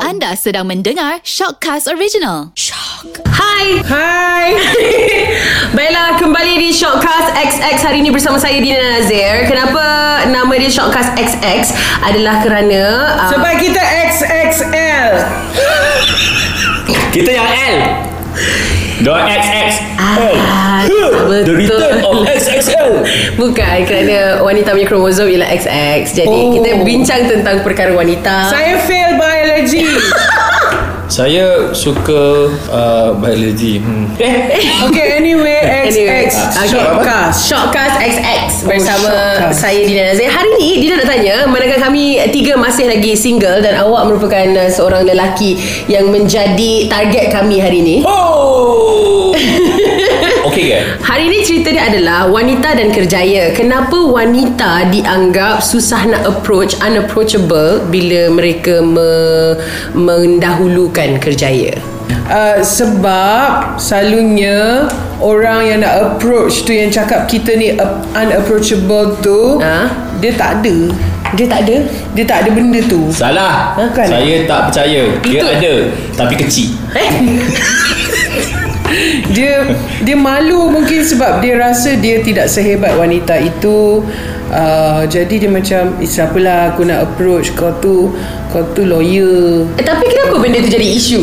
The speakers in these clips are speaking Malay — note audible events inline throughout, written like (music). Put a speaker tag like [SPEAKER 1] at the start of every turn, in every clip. [SPEAKER 1] Anda sedang mendengar Shockcast Original.
[SPEAKER 2] Hai
[SPEAKER 3] Hai Baiklah kembali di Shortcast XX hari ini bersama saya Dina Nazir Kenapa nama dia Shortcast XX adalah kerana uh,
[SPEAKER 4] Sebab kita XXL
[SPEAKER 5] Kita yang L Dot XX
[SPEAKER 3] ah,
[SPEAKER 4] Oh. (laughs)
[SPEAKER 5] The
[SPEAKER 3] Betul
[SPEAKER 5] return of XXL
[SPEAKER 3] Bukan kerana wanita punya kromosom ialah XX Jadi oh.
[SPEAKER 4] Oh.
[SPEAKER 3] kita bincang tentang perkara wanita
[SPEAKER 4] Saya fail biology
[SPEAKER 5] Saya suka uh, biologi hmm. Eh
[SPEAKER 4] Okay anyway XX Shortcast
[SPEAKER 3] ah,
[SPEAKER 4] Oh,
[SPEAKER 3] Shortcast XX Bersama
[SPEAKER 4] Shortcast.
[SPEAKER 3] saya Dina Nazir Hari ni Dina nak tanya Manakah kami tiga masih lagi single Dan awak merupakan uh, seorang lelaki Yang menjadi target kami hari ini (laughs)
[SPEAKER 5] Oh Okay ke?
[SPEAKER 3] Hari ini cerita dia adalah wanita dan kerjaya. Kenapa wanita dianggap susah nak approach, unapproachable bila mereka me- mendahulukan kerjaya?
[SPEAKER 4] uh, Sebab Selalunya Orang yang nak approach tu Yang cakap kita ni ap- Unapproachable tu
[SPEAKER 3] Ha?
[SPEAKER 4] Dia tak ada
[SPEAKER 3] Dia tak ada.
[SPEAKER 4] Dia tak ada benda tu
[SPEAKER 5] Salah
[SPEAKER 4] Ha, kan?
[SPEAKER 5] Saya tak percaya Dia
[SPEAKER 3] Itu-
[SPEAKER 5] ada Tapi kecil
[SPEAKER 4] Dia Dia malu mungkin sebab Dia rasa dia tidak sehebat wanita itu uh, Jadi dia macam "Eh, Siapalah aku nak approach Kau tu Kau tu lawyer
[SPEAKER 3] Eh, tapi kenapa benda tu jadi isu?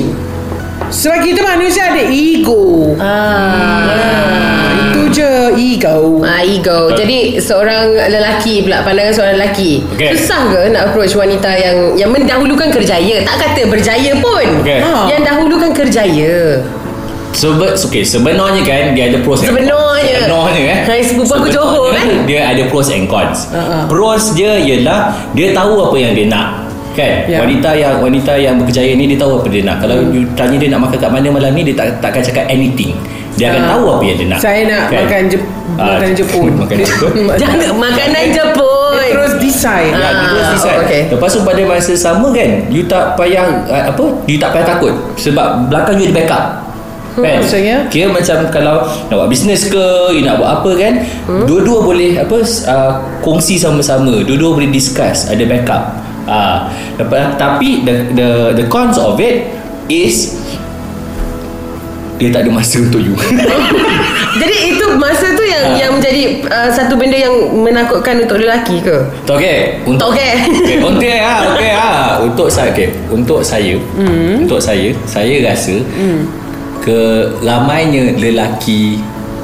[SPEAKER 4] Sebab kita manusia ada ego
[SPEAKER 3] Ah.
[SPEAKER 4] Itu je ego
[SPEAKER 3] Ah, ego. Jadi seorang lelaki pula pandangan seorang lelaki.
[SPEAKER 5] Okey.
[SPEAKER 3] Susah ke nak approach wanita yang yang mendahulukan kerjaya? Tak kata berjaya pun.
[SPEAKER 5] Okey.
[SPEAKER 3] Ah. Yang dahulukan kerjaya.
[SPEAKER 5] Sebe okay, sebenarnya kan dia ada pros and
[SPEAKER 3] Sebenarnya.
[SPEAKER 5] cons. Sebenarnya eh.
[SPEAKER 3] Hai, sepupu aku Johor, kan?
[SPEAKER 4] eh.
[SPEAKER 5] Dia ada pros and cons.
[SPEAKER 4] Uh-uh.
[SPEAKER 5] Uh-huh. Pros dia ialah dia tahu apa yang dia nak.
[SPEAKER 4] Ya.
[SPEAKER 5] Kan?
[SPEAKER 4] Hmm.
[SPEAKER 5] Yeah. Wanita yang wanita yang berkejaya ni dia tahu apa dia nak. Kalau you tanya dia nak makan kat mana malam ni dia tak takkan cakap anything. Dia akan
[SPEAKER 4] Ah.
[SPEAKER 5] tahu apa yang dia nak. Kan?
[SPEAKER 4] Saya nak makan Jep- makan Jepun.
[SPEAKER 5] makan
[SPEAKER 4] (laughs)
[SPEAKER 5] Jepun.
[SPEAKER 3] Jangan makanan Jepun.
[SPEAKER 4] Dia terus decide
[SPEAKER 5] Ya, dia terus
[SPEAKER 3] Ah,
[SPEAKER 5] decide.
[SPEAKER 3] okay.
[SPEAKER 5] Lepas tu pada masa sama kan, you tak payah uh, apa? You tak payah takut sebab belakang you ada backup.
[SPEAKER 3] Hmm,
[SPEAKER 5] Kan?
[SPEAKER 4] maksudnya?
[SPEAKER 5] Kira macam kalau nak buat bisnes ke, you nak buat apa kan,
[SPEAKER 3] Hmm.
[SPEAKER 5] dua-dua boleh apa uh, kongsi sama-sama, dua-dua boleh discuss, ada backup. Ah, uh, tapi the, the the cons of it is dia tak ada masa untuk you. (laughs)
[SPEAKER 3] Jadi itu masa tu yang
[SPEAKER 5] Ah.
[SPEAKER 3] yang menjadi uh, satu benda yang menakutkan untuk lelaki ke?
[SPEAKER 5] Tak okey.
[SPEAKER 3] Tak
[SPEAKER 5] Untuk
[SPEAKER 3] okey.
[SPEAKER 5] Okey, okey ah, okey ah. Untuk saya okey. Untuk saya, mm. untuk saya, saya rasa mm. ke ramainya lelaki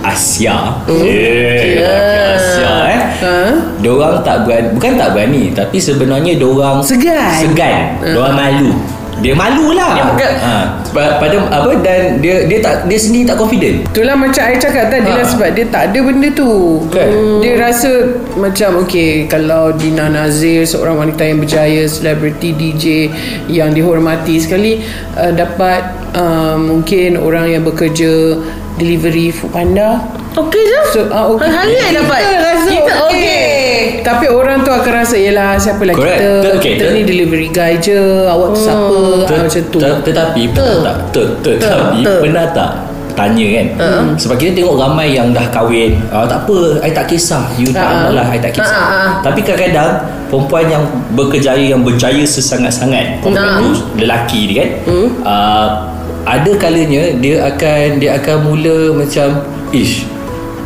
[SPEAKER 5] Asia. Mm. Yeah, lelaki Asia eh.
[SPEAKER 4] Ha?
[SPEAKER 5] Diorang tak berani, bukan tak berani, tapi sebenarnya diorang
[SPEAKER 4] Segan.
[SPEAKER 5] Segan. Diorang malu. Dia malu lah.
[SPEAKER 3] Dia bukan-
[SPEAKER 5] ha. Pa- Pada apa dan dia dia tak dia sendiri tak confident.
[SPEAKER 4] Itulah macam I cakap tadi lah
[SPEAKER 5] Ah.
[SPEAKER 4] Sebab dia tak ada benda tu
[SPEAKER 5] Kan?
[SPEAKER 4] Dia rasa Macam okay Kalau Dina Nazir Seorang wanita yang berjaya Selebriti DJ Yang dihormati sekali uh, Dapat uh, Mungkin orang yang bekerja Delivery food panda
[SPEAKER 3] (laughs) Okey lah. je.
[SPEAKER 4] So, ah, okay.
[SPEAKER 3] Hari-hari I dapat.
[SPEAKER 4] Kita rasa
[SPEAKER 3] Kita
[SPEAKER 4] kita
[SPEAKER 3] okey.
[SPEAKER 4] okay. Tapi orang tu akan rasa Yelah siapa lah
[SPEAKER 5] Correct.
[SPEAKER 4] kita
[SPEAKER 5] Ter- okay,
[SPEAKER 4] Kita
[SPEAKER 5] ter-
[SPEAKER 4] ni delivery guy je Awak tu siapa
[SPEAKER 5] Ter-
[SPEAKER 4] ah, Macam tu
[SPEAKER 5] ter- Tetapi pernah tak ter, ter, Tetapi
[SPEAKER 3] ter.
[SPEAKER 5] pernah tak Tanya kan uh-huh. Sebab kita tengok ramai yang dah kahwin uh, Tak apa I tak kisah You tak
[SPEAKER 4] Ah.
[SPEAKER 5] uh-huh. amal lah I tak kisah
[SPEAKER 3] Ah, ah, ah.
[SPEAKER 5] Tapi kadang-kadang Perempuan yang berkejaya Yang berjaya sesangat-sangat Perempuan tu Lelaki ni kan uh, Ada kalanya Dia akan Dia akan mula macam Ish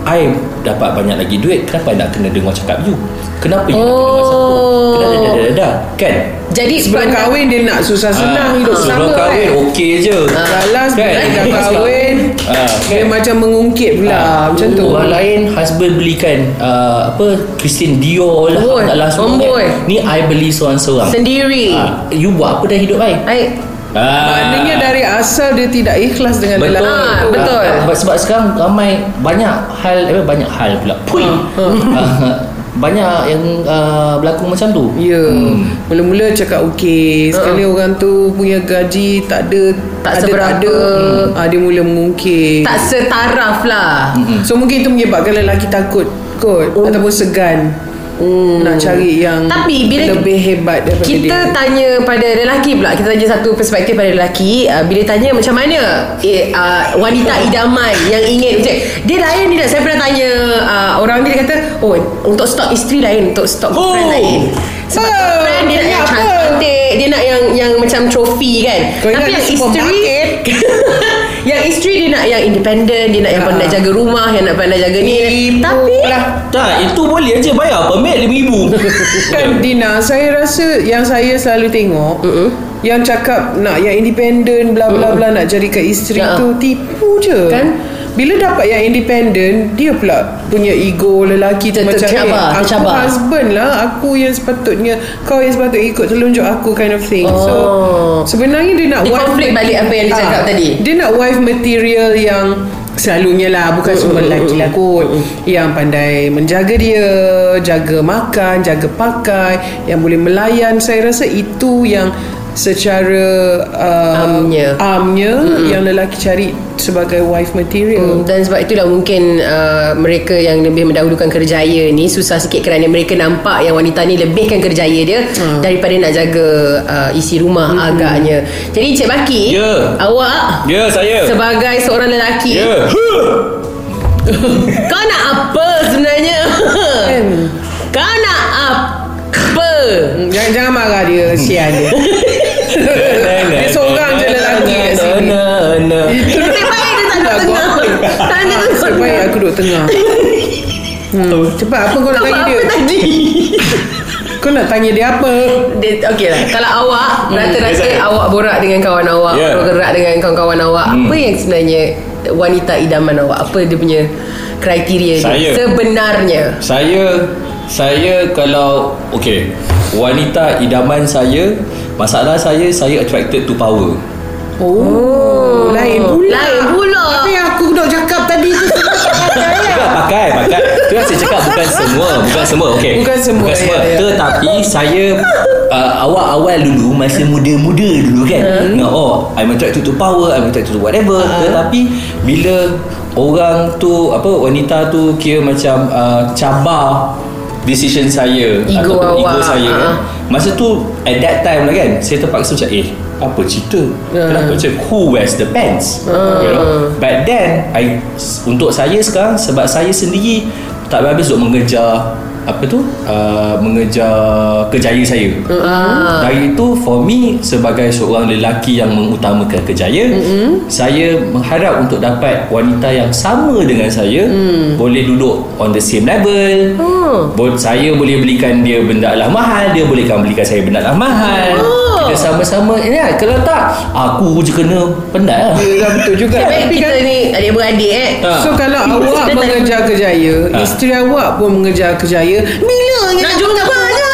[SPEAKER 5] I dapat banyak lagi duit Kenapa I nak kena dengar cakap you Kenapa you nak kena dengar siapa Kenapa dah dah dah dah Kan
[SPEAKER 3] Jadi
[SPEAKER 4] Sebelum
[SPEAKER 3] pandang-
[SPEAKER 4] kahwin dia nak susah senang Hidup
[SPEAKER 5] Ah, Sebelum
[SPEAKER 4] selama
[SPEAKER 5] kahwin
[SPEAKER 4] kan
[SPEAKER 5] okey je Kan?
[SPEAKER 4] Salah sebenarnya dah kahwin
[SPEAKER 5] lah. Ah,
[SPEAKER 4] Dia
[SPEAKER 5] kan? Ah.
[SPEAKER 4] macam mengungkit pula Macam tu
[SPEAKER 5] Orang lain husband belikan uh, apa Christian Dior lah
[SPEAKER 3] Amboi,
[SPEAKER 5] tak lah semua
[SPEAKER 3] amboi.
[SPEAKER 5] kan. Ni I beli seorang-seorang.
[SPEAKER 3] sendiri.
[SPEAKER 5] Ah, you buat apa dah hidup I?
[SPEAKER 3] Baik.
[SPEAKER 5] Ah.
[SPEAKER 4] Maknanya dari asal dia tidak ikhlas dengan
[SPEAKER 5] betul.
[SPEAKER 4] lelaki
[SPEAKER 3] Ah,
[SPEAKER 4] tu.
[SPEAKER 3] betul.
[SPEAKER 5] Ah, sebab- sebab sekarang ramai banyak hal eh, banyak hal pula. Pui. (laughs) Ah, banyak yang uh, berlaku macam tu.
[SPEAKER 4] Ya Mula-mula cakap okey Sekali uh. orang tu punya gaji tak ada
[SPEAKER 3] Tak
[SPEAKER 4] ada,
[SPEAKER 3] seberapa.
[SPEAKER 4] ada. Hmm. Ah, Dia mula mengungkit Hmm.
[SPEAKER 3] Tak setaraf lah.
[SPEAKER 4] So mungkin itu menyebabkan lelaki takut kot oh. ataupun segan hmm. nak cari yang
[SPEAKER 3] Tapi bila
[SPEAKER 4] lebih hebat daripada
[SPEAKER 3] kita
[SPEAKER 4] dia.
[SPEAKER 3] tanya pada lelaki pula kita tanya satu perspektif pada lelaki uh, bila tanya macam mana eh, uh, wanita idaman yang ingin macam dia lain dia saya pernah tanya uh, orang ni dia kata oh untuk stok isteri lain untuk stok boyfriend
[SPEAKER 5] Oh.
[SPEAKER 3] lain sebab
[SPEAKER 4] Oh,
[SPEAKER 3] boyfriend dia nak
[SPEAKER 4] ingat
[SPEAKER 3] yang
[SPEAKER 4] apa?
[SPEAKER 3] cantik dia nak nak yang yang macam trofi kan.
[SPEAKER 4] Kau ingat
[SPEAKER 3] Tapi
[SPEAKER 4] dia
[SPEAKER 3] yang isteri (laughs)
[SPEAKER 4] supermarket?
[SPEAKER 3] yang isteri dia nak yang independent, dia nak yang
[SPEAKER 4] Ah.
[SPEAKER 3] pandai jaga rumah, yang nak pandai jaga ni.
[SPEAKER 4] Ibu
[SPEAKER 3] Tapi
[SPEAKER 4] lah.
[SPEAKER 5] Tak, itu boleh je bayar permit (laughs) RM5,000.
[SPEAKER 4] Kan Dina Saya rasa Yang saya selalu tengok uh-uh. Yang cakap Nak yang independent bla bla bla Nak jadikan isteri
[SPEAKER 3] Ya.
[SPEAKER 4] uh-uh. tu Tipu je
[SPEAKER 3] Kan?
[SPEAKER 4] bila dapat yang independent Dia pula punya ego lelaki
[SPEAKER 3] Ter-
[SPEAKER 4] tu macam "Eh,
[SPEAKER 3] tercabar,
[SPEAKER 4] Aku
[SPEAKER 3] tercabar."
[SPEAKER 4] husband lah Aku yang sepatutnya Kau yang sepatutnya ikut telunjuk aku Kind of thing So
[SPEAKER 3] Oh.
[SPEAKER 4] sebenarnya dia nak
[SPEAKER 3] Dia konflik balik apa yang dia
[SPEAKER 4] Ah,
[SPEAKER 3] cakap tadi.
[SPEAKER 4] Dia nak wife material yang Selalunya lah Bukan semua lelaki lah kot Yang pandai menjaga dia Jaga makan Jaga pakai Yang boleh melayan Saya rasa itu yang Secara um,
[SPEAKER 3] Amnya.
[SPEAKER 4] amnya Yang lelaki cari Sebagai wife material
[SPEAKER 3] Hmm, dan sebab itulah mungkin uh, mereka yang lebih mendahulukan kerjaya ni susah sikit kerana mereka nampak yang wanita ni lebihkan kerjaya dia hmm. daripada nak jaga uh, isi rumah hmm. agaknya. Jadi Cik Baki,
[SPEAKER 5] Ya.
[SPEAKER 3] awak
[SPEAKER 5] Ya, saya.
[SPEAKER 3] sebagai seorang lelaki,
[SPEAKER 5] Ya.
[SPEAKER 3] kau nak apa sebenarnya?
[SPEAKER 4] Kan?
[SPEAKER 3] kau nak apa?
[SPEAKER 4] Jangan, jangan marah dia Kesian dia (laughs)
[SPEAKER 5] Dia
[SPEAKER 4] seorang je lelaki kat sini. Itu
[SPEAKER 3] Nasib baik dia tak duduk tengah. Tak ada tu.
[SPEAKER 4] Nasib baik aku duduk tengah hmm. Cepat apa kau nak
[SPEAKER 3] Kau
[SPEAKER 4] tanya
[SPEAKER 3] apa
[SPEAKER 4] dia
[SPEAKER 3] tadi?
[SPEAKER 4] (laughs) Kau nak tanya dia apa
[SPEAKER 3] Dia, okay lah Kalau awak Rata-rata
[SPEAKER 5] Yes, I-
[SPEAKER 3] awak borak dengan kawan awak
[SPEAKER 5] Hmm, Yeah. Hmm.
[SPEAKER 3] yeah. Bergerak dengan kawan-kawan awak Apa yang sebenarnya Wanita idaman awak Apa dia punya Kriteria
[SPEAKER 5] Saya.
[SPEAKER 3] dia Sebenarnya
[SPEAKER 5] Saya saya kalau okey, wanita idaman saya, masalah saya saya attracted to power.
[SPEAKER 4] Oh, lain pula.
[SPEAKER 3] Lain pula.
[SPEAKER 4] Apa yang aku duduk cakap tadi tu
[SPEAKER 3] (laughs)
[SPEAKER 5] Bukan pakai, pakai. Tu yang saya cakap bukan semua, bukan semua. Okey.
[SPEAKER 4] Bukan semua,
[SPEAKER 5] Bukan semua.
[SPEAKER 4] ya, ya.
[SPEAKER 5] Tetapi saya uh, awal-awal dulu masa muda-muda dulu kan. Hmm. Oh, I'm attracted to power, I'm attracted to whatever.
[SPEAKER 4] Ah.
[SPEAKER 5] Tetapi bila orang tu apa wanita tu kira macam uh, cabar decision saya
[SPEAKER 3] Ego
[SPEAKER 5] ataupun ego
[SPEAKER 3] awak,
[SPEAKER 5] saya
[SPEAKER 3] ah.
[SPEAKER 5] kan. Masa tu at that time lah kan Saya terpaksa macam Eh apa cerita
[SPEAKER 3] Ha.
[SPEAKER 5] Kenapa macam Who wears the pants You know But then I Untuk saya sekarang Sebab saya sendiri Tak habis duk mengejar Apa tu uh, Mengejar Kejaya saya
[SPEAKER 3] Ha.
[SPEAKER 5] Dari itu For me Sebagai seorang lelaki Yang mengutamakan kejaya Saya mengharap Untuk dapat Wanita yang sama dengan saya Boleh duduk On the same level Bo- saya boleh belikan dia benda lah mahal dia bolehkan belikan saya benda lah mahal oh. kita sama-sama ya kalau tak aku je kena penat lah
[SPEAKER 4] Dah betul juga
[SPEAKER 3] Baik
[SPEAKER 4] Tapi
[SPEAKER 3] kita
[SPEAKER 4] kan
[SPEAKER 3] ni Adik-beradik eh
[SPEAKER 5] Ha.
[SPEAKER 4] So kalau
[SPEAKER 3] Dia
[SPEAKER 4] awak
[SPEAKER 3] tak-
[SPEAKER 4] mengejar kejaya
[SPEAKER 5] Ha.
[SPEAKER 4] Isteri awak pun mengejar kejaya Bila yang
[SPEAKER 3] Nak jumpa je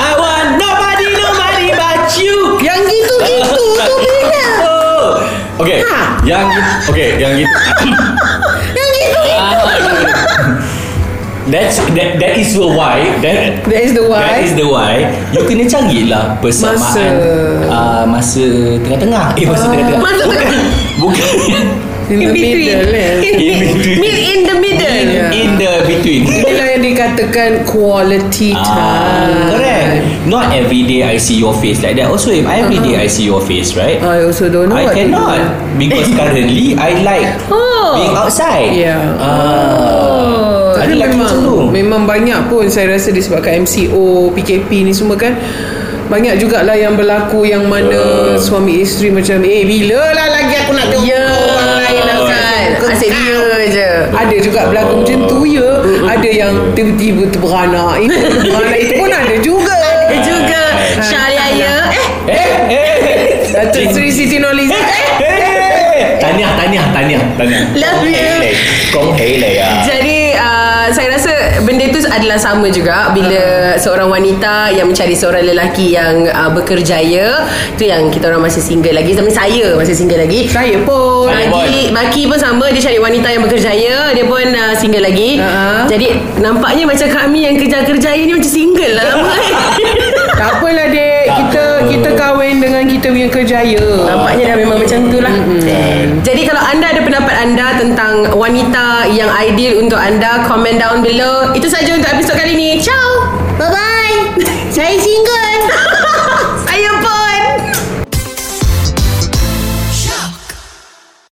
[SPEAKER 5] I want nobody nobody but you
[SPEAKER 4] Yang gitu-gitu tu bila
[SPEAKER 5] oh. okay
[SPEAKER 4] Ha.
[SPEAKER 5] yang okay yang gitu
[SPEAKER 4] Yang gitu
[SPEAKER 5] that's that, that is why that
[SPEAKER 4] That is the
[SPEAKER 5] That
[SPEAKER 4] why
[SPEAKER 5] is the why You kena carilah Persamaan
[SPEAKER 4] Masa.
[SPEAKER 5] uh, Masa tengah-tengah Eh masa tengah-tengah
[SPEAKER 3] Masa
[SPEAKER 5] Bukan
[SPEAKER 3] tengah.
[SPEAKER 5] Bukan
[SPEAKER 4] In the
[SPEAKER 3] In between
[SPEAKER 4] middle eh.
[SPEAKER 5] In between.
[SPEAKER 3] Meet in the middle
[SPEAKER 4] Yeah.
[SPEAKER 5] In the between
[SPEAKER 4] Inilah yang dikatakan quality
[SPEAKER 5] Ah,
[SPEAKER 4] time
[SPEAKER 5] correct. Not every day I see your face like that. Also, if every day I see your face, right?
[SPEAKER 4] I also don't know
[SPEAKER 5] I
[SPEAKER 4] what to
[SPEAKER 5] cannot
[SPEAKER 4] do.
[SPEAKER 3] (laughs)
[SPEAKER 5] because currently I like
[SPEAKER 3] Oh.
[SPEAKER 5] being outside.
[SPEAKER 4] Yeah.
[SPEAKER 5] Ah, ada
[SPEAKER 4] Tapi
[SPEAKER 5] lelaki
[SPEAKER 4] memang
[SPEAKER 5] macam tu.
[SPEAKER 4] Memang banyak pun Saya rasa disebabkan MCO PKP ni semua kan Banyak jugalah yang berlaku Yang mana
[SPEAKER 5] Ya.
[SPEAKER 4] Suami isteri macam Eh bila lah lagi aku nak jumpa
[SPEAKER 3] Ya
[SPEAKER 4] orang lain lah
[SPEAKER 3] Kan Asyik dia je
[SPEAKER 4] ada juga berlaku macam tu ya Ada yang tiba-tiba terberanak Itu terberanak itu pun ada
[SPEAKER 3] (laughs)
[SPEAKER 4] juga
[SPEAKER 3] Dia juga Syariah Eh
[SPEAKER 5] Eh, eh,
[SPEAKER 4] Datuk Seri Siti Noliza Eh
[SPEAKER 5] eh. Tahniah, tahniah, tahniah, tahniah.
[SPEAKER 3] Love
[SPEAKER 5] Kong
[SPEAKER 3] you.
[SPEAKER 5] hei leh. Kong hei leh, ya.
[SPEAKER 3] Jadi uh, saya rasa benda tu adalah sama juga bila
[SPEAKER 5] Ah.
[SPEAKER 3] seorang wanita yang mencari seorang lelaki yang uh, bekerjaya tu yang kita orang masih single lagi tapi saya masih single lagi.
[SPEAKER 4] Saya pun
[SPEAKER 5] Saya pun.
[SPEAKER 3] Baki, Baki pun sama Dia cari wanita yang bekerjaya Dia pun uh, single lagi
[SPEAKER 4] Ha.
[SPEAKER 3] Jadi nampaknya macam kami Yang kerja-kerjaya ni macam single lah lama kan?
[SPEAKER 4] Tak apalah dek
[SPEAKER 5] Tak
[SPEAKER 4] Kita
[SPEAKER 5] apa.
[SPEAKER 4] kita kahwin dengan kita punya kerjaya
[SPEAKER 3] Nampaknya dah memang macam tu lah Jadi kalau anda ada pendapat anda Tentang wanita yang ideal untuk anda (laughs) Comment down below Itu saja untuk episod kali ni Ciao Bye-bye
[SPEAKER 2] Saya single
[SPEAKER 3] (laughs)